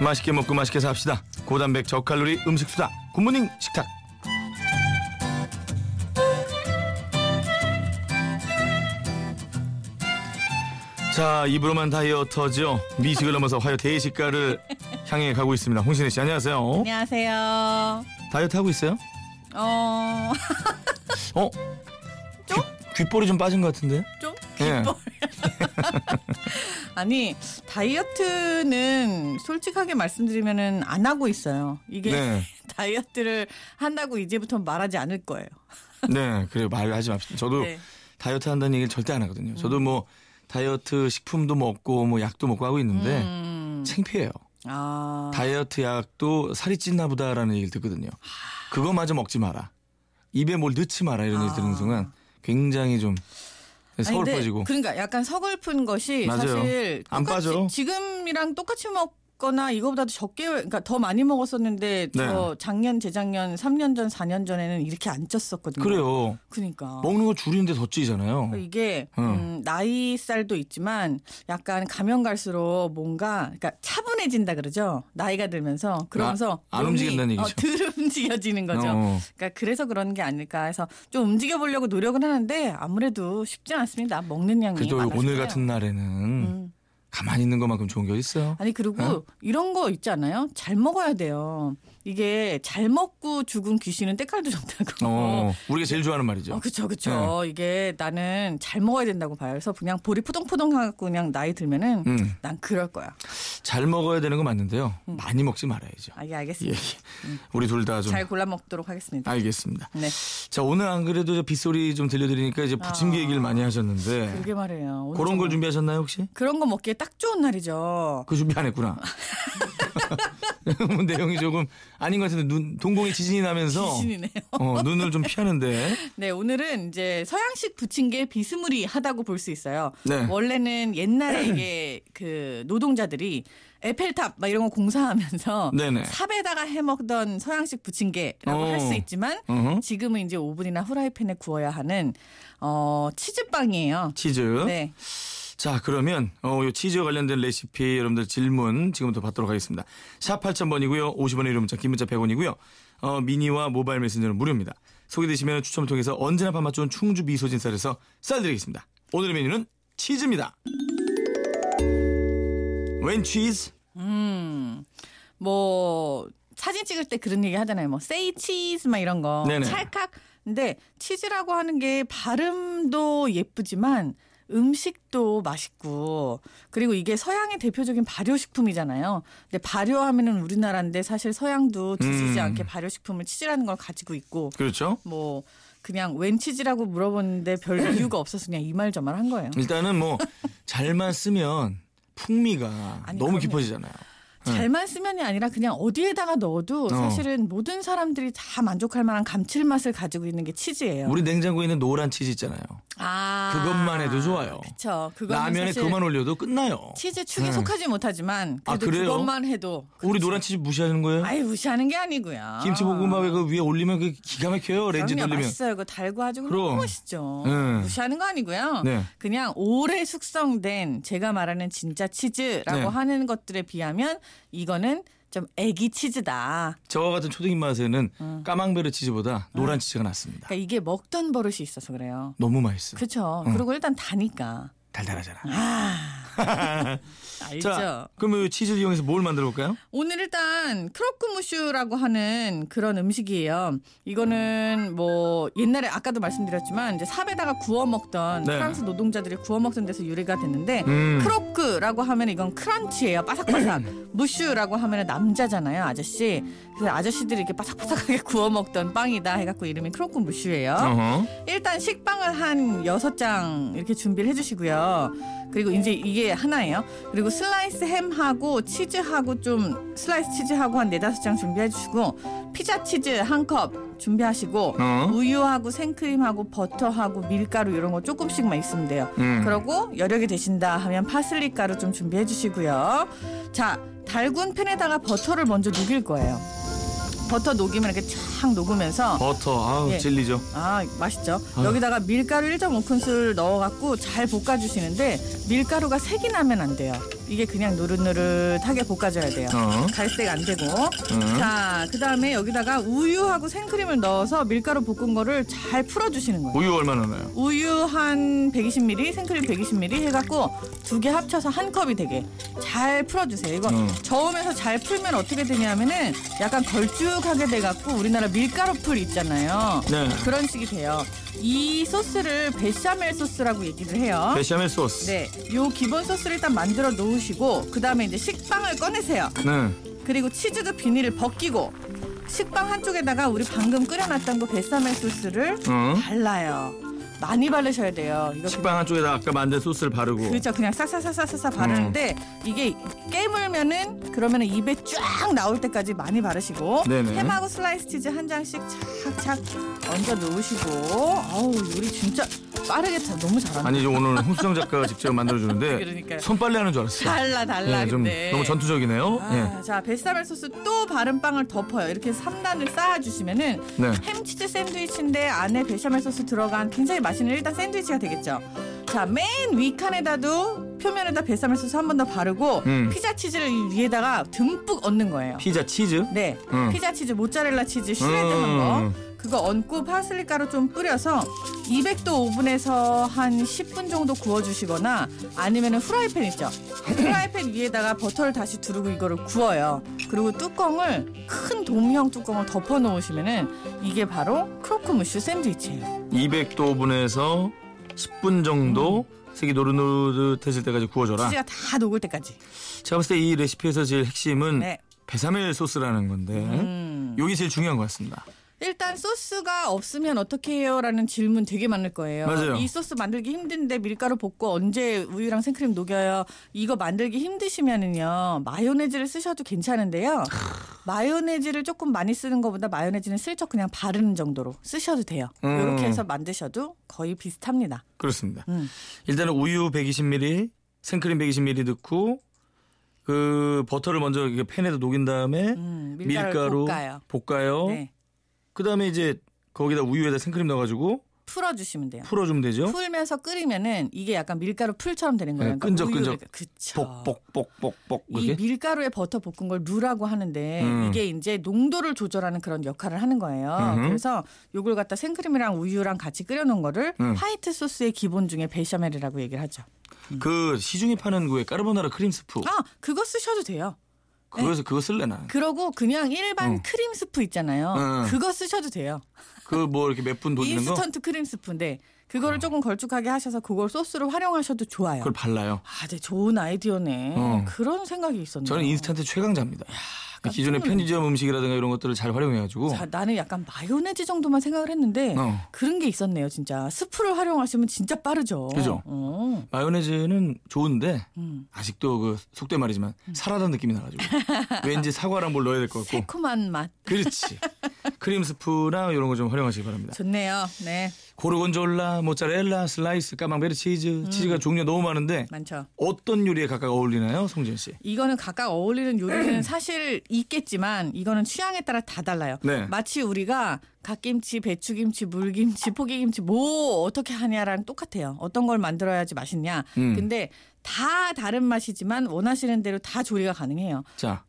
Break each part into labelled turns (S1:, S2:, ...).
S1: 맛있게 먹고 맛있게 삽시다. 고단백 저칼로리 음식 수다. 굿모닝 식탁. 자, 입으로만 다이어터죠. 미식을 넘어서 화요 대식가를 향해 가고 있습니다. 홍신혜 씨 안녕하세요.
S2: 안녕하세요.
S1: 다이어트 하고 있어요?
S2: 어,
S1: 어?
S2: 좀?
S1: 귀, 귓볼이 좀 빠진 것 같은데?
S2: 좀
S1: 예.
S2: 기뻐요. 아니, 다이어트는 솔직하게 말씀드리면은 안 하고 있어요. 이게
S1: 네.
S2: 다이어트를 한다고 이제부터 말하지 않을 거예요.
S1: 네, 그래요. 말하지 맙시다. 저도
S2: 네.
S1: 다이어트 한다는 얘기를 절대 안 하거든요. 저도 뭐 다이어트 식품도 먹고 뭐 약도 먹고 하고 있는데
S2: 음,
S1: 창피해요.
S2: 아,
S1: 다이어트 약도 살이 찐나 보다라는 얘기를 듣거든요. 그거마저 먹지 마라. 입에 뭘 넣지 마라 이런 얘기
S2: 아.
S1: 듣는 순간 굉장히 좀
S2: 아니, 근데
S1: 서글퍼지고
S2: 그러니까 약간 서글픈 것이
S1: 맞아요.
S2: 사실
S1: 안
S2: 똑같이
S1: 빠져.
S2: 지금이랑 똑같이 먹거나 이거보다도 적게 그러니까 더 많이 먹었었는데
S1: 네.
S2: 저 작년 재작년 3년 전 4년 전에는 이렇게 안 쪘었거든요.
S1: 그래요.
S2: 그러니까
S1: 먹는 거 줄이는데 더 찌잖아요.
S2: 어, 이게
S1: 응.
S2: 음, 나이 살도 있지만 약간 가면 갈수록 뭔가 그러니까 차분해진다 그러죠 나이가 들면서 그러면서
S1: 안
S2: 몸이,
S1: 움직인다는 얘기죠.
S2: 어, 덜 움직여지는 거죠.
S1: 어.
S2: 그러니까 그래서 그런 게 아닐까 해서 좀 움직여 보려고 노력은 하는데 아무래도 쉽지 않습니다. 먹는 양이
S1: 그래도
S2: 많아서
S1: 오늘
S2: 그래요.
S1: 같은 날에는
S2: 음.
S1: 가만히 있는 것만큼 좋은 게 있어요.
S2: 아니 그리고
S1: 어?
S2: 이런 거 있잖아요. 잘 먹어야 돼요. 이게 잘 먹고 죽은 귀신은 때깔도 좋다고.
S1: 어, 우리가 제일 좋아하는 말이죠.
S2: 어, 그쵸, 그쵸.
S1: 네.
S2: 이게 나는 잘 먹어야 된다고 봐요. 그래서 그냥 볼이 푸동푸동하고 그냥 나이 들면은
S1: 음.
S2: 난 그럴 거야.
S1: 잘 먹어야 되는 거 맞는데요.
S2: 음.
S1: 많이 먹지 말아야죠.
S2: 아, 예,
S1: 예. 예.
S2: 알겠습니다.
S1: 우리 둘 다 좀 예.
S2: 잘 골라 먹도록 하겠습니다.
S1: 알겠습니다.
S2: 네.
S1: 자, 오늘 안 그래도 저 빗소리 좀 들려드리니까 이제 부침개
S2: 아.
S1: 얘기를 많이 하셨는데
S2: 그러게 말이에요. 오늘
S1: 그런 걸
S2: 정말
S1: 준비하셨나요, 혹시?
S2: 그런 거 먹기에 딱 좋은 날이죠.
S1: 그 준비 안 했구나. 뭐 내용이 조금 아닌 것 같은데 눈 동공에 지진이 나면서
S2: 귀신이네요.
S1: 어, 눈을 좀 피하는데
S2: 네, 오늘은 이제 서양식 부침개 비스무리하다고 볼 수 있어요.
S1: 네.
S2: 원래는 옛날에 이게 그 노동자들이 에펠탑 막 이런 거 공사하면서
S1: 네네.
S2: 삽에다가 해 먹던 서양식 부침개라고
S1: 어.
S2: 할 수 있지만
S1: 어허.
S2: 지금은 이제 오븐이나 후라이팬에 구워야 하는 어 치즈빵이에요.
S1: 치즈.
S2: 네.
S1: 자, 그러면 어, 요 치즈와 관련된 레시피 여러분들 질문 지금부터 받도록 하겠습니다. 샵 8000번이고요. 50원의 이름 문자, 긴 문자 100원이고요. 어, 미니와 모바일 메신저는 무료입니다. 소개되시면 추첨을 통해서 언제나 밥맛 좋은 충주 미소진 쌀에서 쌀 드리겠습니다. 오늘의 메뉴는 치즈입니다. 웬 치즈?
S2: 뭐 사진 찍을 때 그런 얘기 하잖아요. 뭐 세이 치즈 막 이런 거.
S1: 네네.
S2: 찰칵. 근데 치즈라고 하는 게 발음도 예쁘지만 음식도 맛있고 그리고 이게 서양의 대표적인 발효식품이잖아요. 근데 발효하면은 우리나라인데 사실 서양도 드시지
S1: 음.
S2: 않게 발효식품을 치즈라는 걸 가지고 있고
S1: 그렇죠.
S2: 뭐 그냥 웬 치즈라고 물어봤는데 별 이유가 없어서 그냥 이 말 저 말 한 거예요.
S1: 일단은 뭐 잘만 쓰면 풍미가
S2: 아니,
S1: 너무
S2: 그럼요.
S1: 깊어지잖아요.
S2: 잘만 쓰면이 아니라 그냥 어디에다가 넣어도 사실은 모든 사람들이 다 만족할 만한 감칠맛을 가지고 있는 게 치즈예요.
S1: 우리 냉장고에 있는 노란 치즈 있잖아요.
S2: 아
S1: 그것만 해도 좋아요.
S2: 그렇죠. 그거는
S1: 라면에
S2: 사실
S1: 그만 올려도 끝나요.
S2: 치즈 축에
S1: 네.
S2: 속하지 못하지만
S1: 아,
S2: 그래도
S1: 그래요?
S2: 그것만 해도
S1: 우리 노란 치즈 무시하는 거예요?
S2: 그렇죠. 아예 무시하는 게 아니고요.
S1: 김치볶음밥에 그 위에 올리면 그 기가 막혀요. 렌즈
S2: 그럼요,
S1: 돌리면.
S2: 맛있어요. 그거 달고 아주
S1: 그럼.
S2: 너무 맛있죠.
S1: 네.
S2: 무시하는 거 아니고요.
S1: 네.
S2: 그냥 오래 숙성된 제가 말하는 진짜 치즈라고
S1: 네.
S2: 하는 것들에 비하면 이거는 좀 애기 치즈다.
S1: 저와 같은 초등 입맛에는
S2: 음.
S1: 까망베르 치즈보다 노란 치즈가 낫습니다.
S2: 그러니까 이게 먹던 버릇이 있어서 그래요.
S1: 너무 맛있어.
S2: 그렇죠.
S1: 응.
S2: 그리고 일단 다니까.
S1: 달달하잖아.
S2: 음, 알죠.
S1: 자, 그럼 이 치즈를 이용해서 뭘 만들어 볼까요?
S2: 오늘 일단 크로크무슈라고 하는 그런 음식이에요. 이거는 뭐 옛날에 아까도 말씀드렸지만 이제 삽에다가 구워 먹던
S1: 네.
S2: 프랑스 노동자들이 구워 먹던 데서 유래가 됐는데
S1: 음.
S2: 크로크라고 하면 이건 크런치예요. 바삭바삭. 무슈라고 하면 남자잖아요, 아저씨. 그래서 아저씨들이 이렇게 바삭바삭하게 구워 먹던 빵이다 해갖고 이름이 크로크무슈예요.
S1: 어허.
S2: 일단 식빵을 한 여섯 장 이렇게 준비를 해주시고요. 그리고 이제 이게 하나예요. 그리고 슬라이스 햄하고 치즈하고 좀 슬라이스 치즈하고 한 네다섯 장 준비해주시고 피자 치즈 한 컵 준비하시고
S1: 어.
S2: 우유하고 생크림하고 버터하고 밀가루 이런 거 조금씩만 있으면 돼요.
S1: 음.
S2: 그러고 여력이 되신다 하면 파슬리 가루 좀 준비해 주시고요. 자, 달군 팬에다가 버터를 먼저 녹일 거예요. 버터 녹이면 이렇게 쫙 녹으면서
S1: 버터. 아우,
S2: 예.
S1: 진리죠.
S2: 아 맛있죠.
S1: 아유.
S2: 여기다가 밀가루 1.5큰술 넣어갖고 잘 볶아주시는데 밀가루가 색이 나면 안 돼요. 이게 그냥 노릇노릇하게 볶아줘야 돼요.
S1: 어.
S2: 갈색 안 되고. 자, 그 다음에 여기다가 우유하고 생크림을 넣어서 밀가루 볶은 거를 잘 풀어주시는 거예요.
S1: 우유 얼마나 넣어요?
S2: 우유 한 120ml, 생크림 120ml 해갖고 두 개 합쳐서 한 컵이 되게 잘 풀어주세요. 이거
S1: 어.
S2: 저으면서 잘 풀면 어떻게 되냐면은 약간 걸쭉하게 돼갖고 우리나라 밀가루 풀 있잖아요.
S1: 네.
S2: 그런 식이 돼요. 이 소스를 베샤멜 소스라고 얘기를 해요.
S1: 베샤멜 소스.
S2: 어? 네, 요 기본 소스를 일단 만들어 놓으시고 그 다음에 이제 식빵을 꺼내세요.
S1: 네.
S2: 그리고 치즈도 비닐을 벗기고 식빵 한쪽에다가 우리 방금 끓여놨던 그 베샤멜 소스를
S1: 어.
S2: 발라요. 많이 바르셔야 돼요. 이거
S1: 식빵 한쪽에다 아까 만든 소스를 바르고.
S2: 그렇죠. 그냥 싹싹싹싹싹 바르는데 이게 깨물면은 그러면은 입에 쫙 나올 때까지 많이 바르시고
S1: 네네.
S2: 햄하고 슬라이스 치즈 한 장씩 착착 얹어 놓으시고 아우 요리 진짜 빠르게 다 너무 잘한다.
S1: 아니 저 오늘 홍수정 작가가 직접 만들어주는데
S2: 그러니까요.
S1: 손빨래 하는 줄 알았어요.
S2: 달라 달라
S1: 예, 좀
S2: 근데.
S1: 너무 전투적이네요. 예.
S2: 아, 자 베스타벨 소스 또 바른 빵을 덮어요. 이렇게 3단을 쌓아주시면은
S1: 예. 네.
S2: 햄치즈 샌드위치인데 안에 베샤멜 소스 들어간 굉장히 맛있는 일단 샌드위치가 되겠죠. 자, 맨 위칸에다도 표면에다 베샤멜 소스 한 번 더 바르고
S1: 음.
S2: 피자 치즈를 이 위에다가 듬뿍 얹는 거예요.
S1: 피자 치즈.
S2: 네,
S1: 음.
S2: 피자 치즈, 모짜렐라 치즈, 슈레드
S1: 음.
S2: 한 거. 그거 얹고 파슬리 가루 좀 뿌려서 200도 오븐에서 한 10분 정도 구워주시거나 아니면은 후라이팬 있죠. 후라이팬 위에다가 버터를 다시 두르고 이거를 구워요. 그리고 뚜껑을 큰 돔형 뚜껑을 덮어 놓으시면은 이게 바로 크로크 무슈 샌드위치예요.
S1: 200도 오븐에서 10분 정도
S2: 음.
S1: 색이 노릇노릇해질 때까지 구워줘라.
S2: 치즈가 다 녹을 때까지.
S1: 제가 봤을 때 이 레시피에서 제일 핵심은
S2: 네.
S1: 베사멜 소스라는 건데
S2: 음.
S1: 요게 제일 중요한 것 같습니다.
S2: 일단 소스가 없으면 어떻게 해요라는 질문 되게 많을 거예요.
S1: 맞아요.
S2: 이 소스 만들기 힘든데 밀가루 볶고 언제 우유랑 생크림 녹여요. 이거 만들기 힘드시면은요 마요네즈를 쓰셔도 괜찮은데요. 마요네즈를 조금 많이 쓰는 것보다 마요네즈는 슬쩍 그냥 바르는 정도로 쓰셔도 돼요.
S1: 음.
S2: 이렇게 해서 만드셔도 거의 비슷합니다.
S1: 그렇습니다.
S2: 음.
S1: 일단은 우유 120ml, 생크림 120ml 넣고 그 버터를 먼저 이게 팬에다 녹인 다음에
S2: 음, 밀가루
S1: 밀가루 어?
S2: 볶아요.
S1: 볶아요.
S2: 네,
S1: 그다음에 이제 거기다 우유에다 생크림 넣어가지고
S2: 풀어주시면 돼요.
S1: 풀어주면 되죠.
S2: 풀면서 끓이면은 이게 약간 밀가루 풀처럼 되는 거예요.
S1: 네,
S2: 그러니까
S1: 끈적끈적.
S2: 우유를- 그쵸.
S1: 볶볶볶볶볶
S2: 이
S1: 그게
S2: 밀가루에 버터 볶은 걸 루라고 하는데
S1: 음.
S2: 이게 이제 농도를 조절하는 그런 역할을 하는 거예요.
S1: 음흠.
S2: 그래서 요걸 갖다 생크림이랑 우유랑 같이 끓여놓은 거를
S1: 음.
S2: 화이트 소스의 기본 중에 베샤멜이라고 얘기를 하죠.
S1: 그 시중에 파는 그왜 까르보나라 크림 스프
S2: 아 그거 쓰셔도 돼요.
S1: 그거에서 그거 쓸래 나.
S2: 그러고 그냥 일반
S1: 어.
S2: 크림 스프 있잖아요.
S1: 음.
S2: 그거 쓰셔도 돼요.
S1: 그 뭐 이렇게 몇 분 돌리는 거 어.
S2: 인스턴트 크림 스프인데 그거를 조금 걸쭉하게 하셔서 그걸 소스로 활용하셔도 좋아요.
S1: 그걸 발라요.
S2: 아, 네, 좋은 아이디어네.
S1: 어.
S2: 그런 생각이 있었네요.
S1: 저는 인스턴트 최강자입니다.
S2: 깜짝
S1: 기존의
S2: 놀랐네.
S1: 편의점 음식이라든가 이런 것들을 잘 활용해가지고
S2: 자, 나는 약간 마요네즈 정도만 생각을 했는데
S1: 어.
S2: 그런 게 있었네요, 진짜. 스프를 활용하시면 진짜 빠르죠.
S1: 그죠?
S2: 어.
S1: 마요네즈는 좋은데
S2: 음.
S1: 아직도 그 속된 말이지만 사라던 느낌이 나가지고 왠지 사과랑 뭘 넣어야 될 것 같고
S2: 새콤한 맛.
S1: 그렇지 크림 스프나 이런 거 좀 활용하시기 바랍니다.
S2: 좋네요. 네,
S1: 고르곤졸라, 모짜렐라, 슬라이스, 까망베르 치즈
S2: 음.
S1: 치즈가 종류 너무 많은데
S2: 많죠.
S1: 어떤 요리에 각각 어울리나요, 송진 씨?
S2: 이거는 각각 어울리는 요리는 사실 있겠지만 이거는 취향에 따라 다 달라요.
S1: 네.
S2: 마치 우리가 갓김치, 배추김치, 물김치, 포기김치 뭐 어떻게 하냐랑 똑같아요. 어떤 걸 만들어야지 맛있냐.
S1: 음.
S2: 근데 다 다른 맛이지만 원하시는 대로 다 조리가 가능해요.
S1: 자,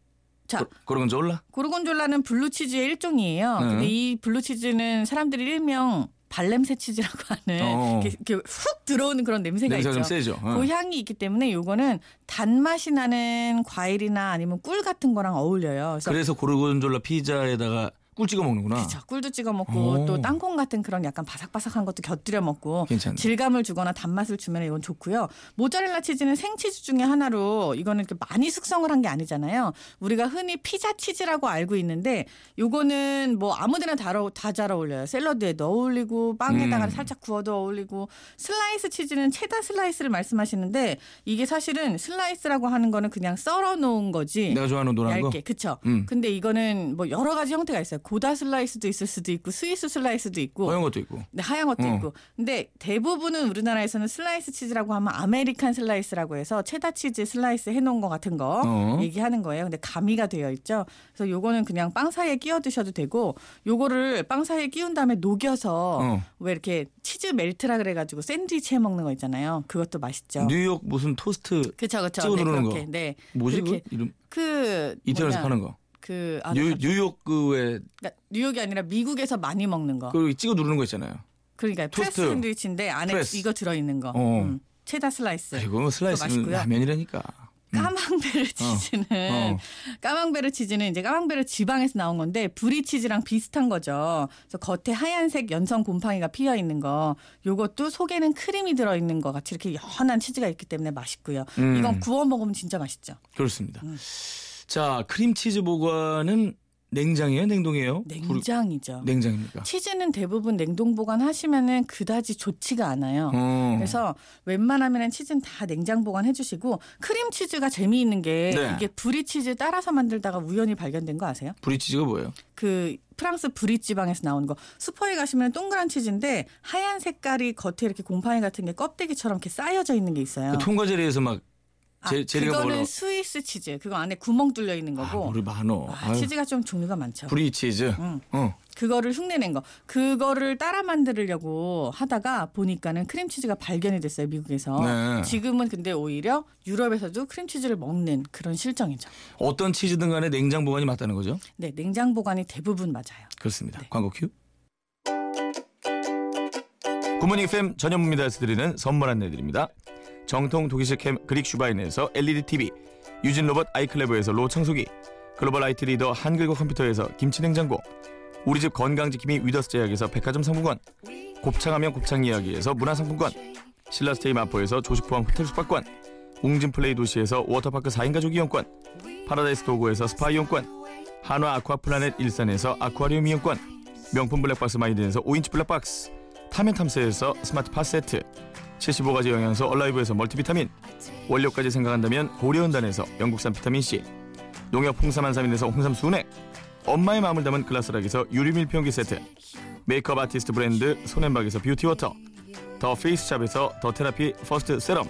S2: 자,
S1: 고- 고르곤졸라.
S2: 고르곤졸라는 블루치즈의 일종이에요.
S1: 네.
S2: 근데 이 블루치즈는 사람들이 일명 발냄새 치즈라고 하는
S1: 어.
S2: 이렇게, 이렇게 훅 들어오는 그런 냄새가
S1: 냄새가
S2: 있죠.
S1: 좀 세죠. 어.
S2: 그 향이 있기 때문에 요거는 단맛이 나는 과일이나 아니면 꿀 같은 거랑 어울려요. 그래서
S1: 그래서 고르곤졸라 피자에다가 꿀 찍어 먹는구나.
S2: 그쵸, 꿀도 찍어 먹고
S1: 오.
S2: 또 땅콩 같은 그런 약간 바삭바삭한 것도 곁들여 먹고
S1: 괜찮네.
S2: 질감을 주거나 단맛을 주면 이건 좋고요. 모짜렐라 치즈는 생치즈 중에 하나로 이거는 이렇게 많이 숙성을 한 게 아니잖아요. 우리가 흔히 피자 치즈라고 알고 있는데 요거는 뭐 아무데나 다잘 어울려요. 샐러드에도 어울리고 빵에다가
S1: 음.
S2: 살짝 구워도 어울리고 슬라이스 치즈는 체다 슬라이스를 말씀하시는데 이게 사실은 슬라이스라고 하는 거는 그냥 썰어 놓은 거지.
S1: 내가 좋아하는 노란
S2: 예. 얇게
S1: 거.
S2: 그쵸
S1: 음.
S2: 근데 이거는 뭐 여러 가지 형태가 있어요 고다 슬라이스도 있을 수도 있고 스위스 슬라이스도 있고
S1: 허연 것도 있고.
S2: 네, 하얀 것도
S1: 어.
S2: 있고. 근데 대부분은 우리나라에서는 슬라이스 치즈라고 하면 아메리칸 슬라이스라고 해서 체다 치즈 슬라이스 해놓은 것 같은 거
S1: 어.
S2: 얘기하는 거예요. 근데 가미가 되어 있죠. 그래서 요거는 그냥 빵 사이에 끼워 드셔도 되고 요거를 빵 사이에 끼운 다음에 녹여서
S1: 어.
S2: 왜 이렇게 치즈 멜트라 그래가지고 샌드위치 해 먹는 거 있잖아요. 그것도 맛있죠.
S1: 뉴욕 무슨 토스트
S2: 그렇죠,
S1: 네.
S2: 그렇죠.
S1: 찍어 누르는 거.
S2: 그렇게. 네.
S1: 뭐지 그
S2: 그렇게
S1: 이름?
S2: 그
S1: 이태원에서
S2: 뭐냐,
S1: 파는 거.
S2: 그 아,
S1: 뉴, 뉴욕 그왜
S2: 그러니까 뉴욕이 아니라 미국에서 많이 먹는 거.
S1: 그 찍어 누르는 거 있잖아요.
S2: 그러니까 프레스
S1: 토스트.
S2: 샌드위치인데 안에
S1: 프레스.
S2: 이거 들어있는 거.
S1: 어.
S2: 음, 체다 슬라이스.
S1: 그리고 뭐 슬라이스는
S2: 맛있고요.
S1: 라면이라니까.
S2: 까망베르 치즈는
S1: 어.
S2: 까망베르 치즈는 이제 까망베르 지방에서 나온 건데 브리 치즈랑 비슷한 거죠. 그래서 겉에 하얀색 연성 곰팡이가 피어 있는 거. 요것도 속에는 크림이 들어 있는 거 같이 이렇게 연한 치즈가 있기 때문에 맛있고요.
S1: 음.
S2: 이건 구워 먹으면 진짜 맛있죠.
S1: 그렇습니다.
S2: 음.
S1: 자 크림치즈 보관은 냉장이에요, 냉동이에요? 불- 네.
S2: 냉장이죠.
S1: 냉장입니까?
S2: 치즈는 대부분 냉동 보관하시면은 그다지 좋지가 않아요.
S1: 어.
S2: 그래서 웬만하면 치즈는 다 냉장 보관해 주시고 크림 치즈가 재미있는 게
S1: 네.
S2: 이게 브리 치즈 따라서 만들다가 우연히 발견된 거 아세요?
S1: 브리치즈가 뭐예요?
S2: 그 프랑스 브리 지방에서 나오는 거 슈퍼에 가시면 동그란 치즈인데 하얀 색깔이 겉에 이렇게 곰팡이 같은 게 껍데기처럼 이렇게 쌓여져 있는 게 있어요.
S1: 그 통과제리에서 막
S2: 아,
S1: 제- 제리가
S2: 그거는
S1: 뭐라고-
S2: 스위스 치즈. 그거 안에 구멍 뚫려 있는
S1: 아,
S2: 거고.
S1: 물이 많어.
S2: 아, 치즈가 좀 종류가 많죠.
S1: 브리치즈.
S2: 음.
S1: 어.
S2: 그거를 흉내낸 거. 그거를 따라 만들려고 하다가 보니까는 크림치즈가 발견이 됐어요, 미국에서.
S1: 네.
S2: 지금은 근데 오히려 유럽에서도 크림치즈를 먹는 그런 실정이죠.
S1: 어떤 치즈든 간에 냉장 보관이 맞다는 거죠?
S2: 네, 냉장 보관이 대부분 맞아요.
S1: 그렇습니다.
S2: 네.
S1: 광고 큐. 굿모닝 FM 전현무입니다에서 드리는 선물 안내드립니다. 정통 독일식 캠 그릭 슈바인에서 LED TV, 유진 로봇 아이클레버에서 로 청소기, 글로벌 IT 리더 한글과 컴퓨터에서 김치 냉장고, 우리 집 건강지킴이 위더스 제약에서 백화점 상품권, 곱창하면 곱창 이야기에서 문화상품권, 신라스테이 마포에서 조식 포함 호텔 숙박권, 웅진 플레이 도시에서 워터파크 4인 가족 이용권, 파라다이스 도구에서 스파 이용권, 한화 아쿠아플라넷 일산에서 아쿠아리움 이용권 명품 블랙박스 마이드에서 5인치 블랙박스 타면탐스에서 스마트 팟 세트 75가지 영양소 얼라이브에서 멀티비타민 원료까지 생각한다면 고려은단에서 영국산 비타민C 농협 홍삼한삼인에서 홍삼 순액 엄마의 마음을 담은 글라스락에서 유리밀폐용기 세트 메이크업 아티스트 브랜드 손앤박에서 뷰티워터 더 페이스샵에서 더 테라피 퍼스트 세럼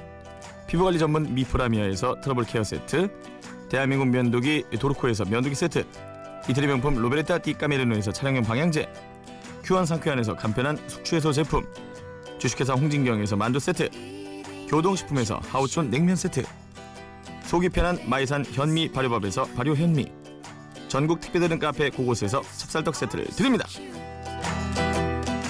S1: 피부관리 전문 미프라미아에서 트러블 케어 세트 대한민국 면도기 도르코에서 면도기 세트 이태리 명품 로베르타 디 까메르노에서 차량용 방향제 큐안 상쾌한에서 간편한 숙취해소 제품 주식회사 홍진경에서 만두 세트 교동식품에서 하우촌 냉면 세트 속이 편한 마이산 현미 발효밥에서 발효 현미 전국 특별드는 카페 곳곳에서 찹쌀떡 세트를 드립니다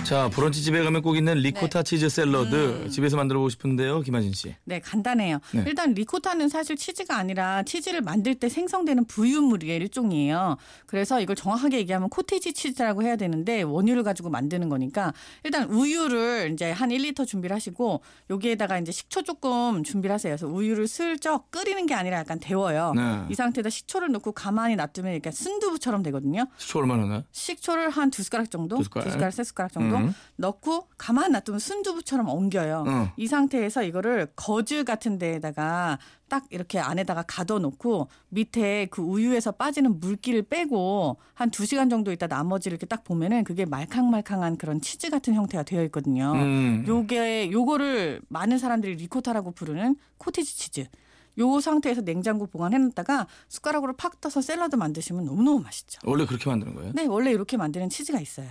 S1: 자 브런치 집에 가면 꼭 있는 리코타 치즈 샐러드
S2: 음.
S1: 집에서 만들어 보고 싶은데요 김하진 씨
S2: 네, 간단해요.
S1: 네.
S2: 일단 리코타는 사실 치즈가 아니라 치즈를 만들 때 생성되는 부유물의 일종이에요. 그래서 이걸 정확하게 얘기하면 코티지 치즈라고 해야 되는데 원유를 가지고 만드는 거니까 일단 우유를 이제 한 1리터 준비를 하시고 여기에다가 이제 식초 조금 준비를 하세요. 그래서 우유를 슬쩍 끓이는 게 아니라 약간 데워요.
S1: 네.
S2: 이 상태에다 식초를 넣고 가만히 놔두면 이렇게 순두부처럼 되거든요.
S1: 수초 얼마나 나요?
S2: 식초를 한 두 숟가락 정도,
S1: 두
S2: 두
S1: 숟가락?
S2: 숟가락, 세 숟가락
S1: 음.
S2: 정도 넣고 가만 놔두면 순두부처럼 엉겨요.
S1: 응.
S2: 이 상태에서 이거를 거즈 같은 데에다가 딱 이렇게 안에다가 가둬놓고 밑에 그 우유에서 빠지는 물기를 빼고 한 두 시간 정도 있다 나머지를 이렇게 딱 보면은 그게 말캉말캉한 그런 치즈 같은 형태가 되어 있거든요.
S1: 음.
S2: 요게 요거를 많은 사람들이 리코타라고 부르는 코티지 치즈. 요 상태에서 냉장고 보관해놨다가 숟가락으로 팍 떠서 샐러드 만드시면 너무너무 맛있죠.
S1: 원래 그렇게 만드는 거예요?
S2: 네, 원래 이렇게 만드는 치즈가 있어요.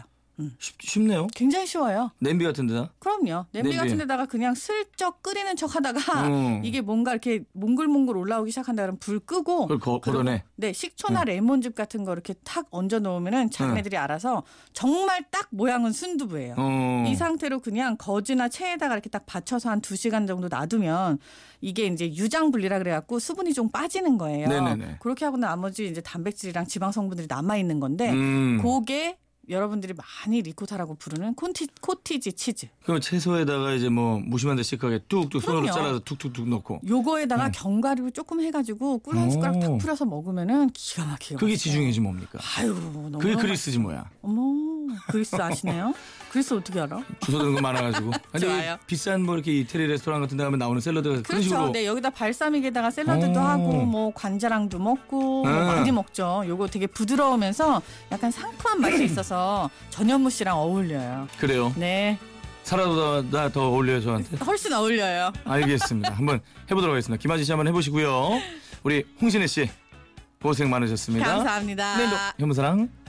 S1: 쉽, 쉽네요.
S2: 굉장히 쉬워요.
S1: 냄비 같은 데나?
S2: 그럼요. 냄비
S1: 냄비.
S2: 같은 데다가 그냥 슬쩍 끓이는 척 하다가
S1: 음.
S2: 이게 뭔가 이렇게 몽글몽글 올라오기 시작한다 그러면 불 끄고
S1: 그걸 거,
S2: 그리고-
S1: 걷어내.
S2: 네, 식초나
S1: 음.
S2: 레몬즙 같은 거 이렇게 탁 얹어 놓으면은 자기네들이 알아서 정말 딱 모양은 순두부예요.
S1: 어.
S2: 이 상태로 그냥 거즈나 체에다가 이렇게 딱 받쳐서 한 2시간 정도 놔두면 이게 이제 유장 분리라 그래 갖고 수분이 좀 빠지는 거예요.
S1: 네네네.
S2: 그렇게 하고 나머지 이제 단백질이랑 지방 성분들이 남아 있는 건데
S1: 음.
S2: 그게 여러분들이 많이 리코타라고 부르는 콘티, 코티지 치즈.
S1: 그럼 채소에다가 이제 뭐 무심한 데 씩하게 뚝뚝 손으로
S2: 그럼요.
S1: 잘라서 툭툭툭 넣고.
S2: 요거에다가
S1: 음.
S2: 견과류 조금 해가지고 꿀 한 숟가락 탁
S1: 오.
S2: 풀어서 먹으면은 기가 막히게.
S1: 그게
S2: 맛있어요.
S1: 지중해지 뭡니까?
S2: 아유 너무.
S1: 그게 그리스지 뭐야?
S2: 어머 그리스 아시네요? 그래서 어떻게 알아?
S1: 주소 되는 거 많아가지고. 근데
S2: 좋아요.
S1: 비싼 뭐 이렇게 이태리 레스토랑 같은 데 가면 나오는 샐러드가 그런
S2: 그렇죠.
S1: 식으로
S2: 네, 여기다 발사믹에다가 샐러드도
S1: 오.
S2: 하고 뭐 관자랑도 먹고 뭐
S1: 네.
S2: 많이 먹죠. 요거 되게 부드러우면서 약간 상큼한 맛이 있어서 전현무 씨랑 어울려요.
S1: 그래요.
S2: 네,
S1: 살아도다 더 어울려요 저한테.
S2: 훨씬 어울려요.
S1: 알겠습니다. 한번 해보도록 하겠습니다. 김아지 씨 한번 해보시고요. 네, 우리 홍신혜 씨 고생 많으셨습니다.
S2: 감사합니다.
S1: 현무사랑.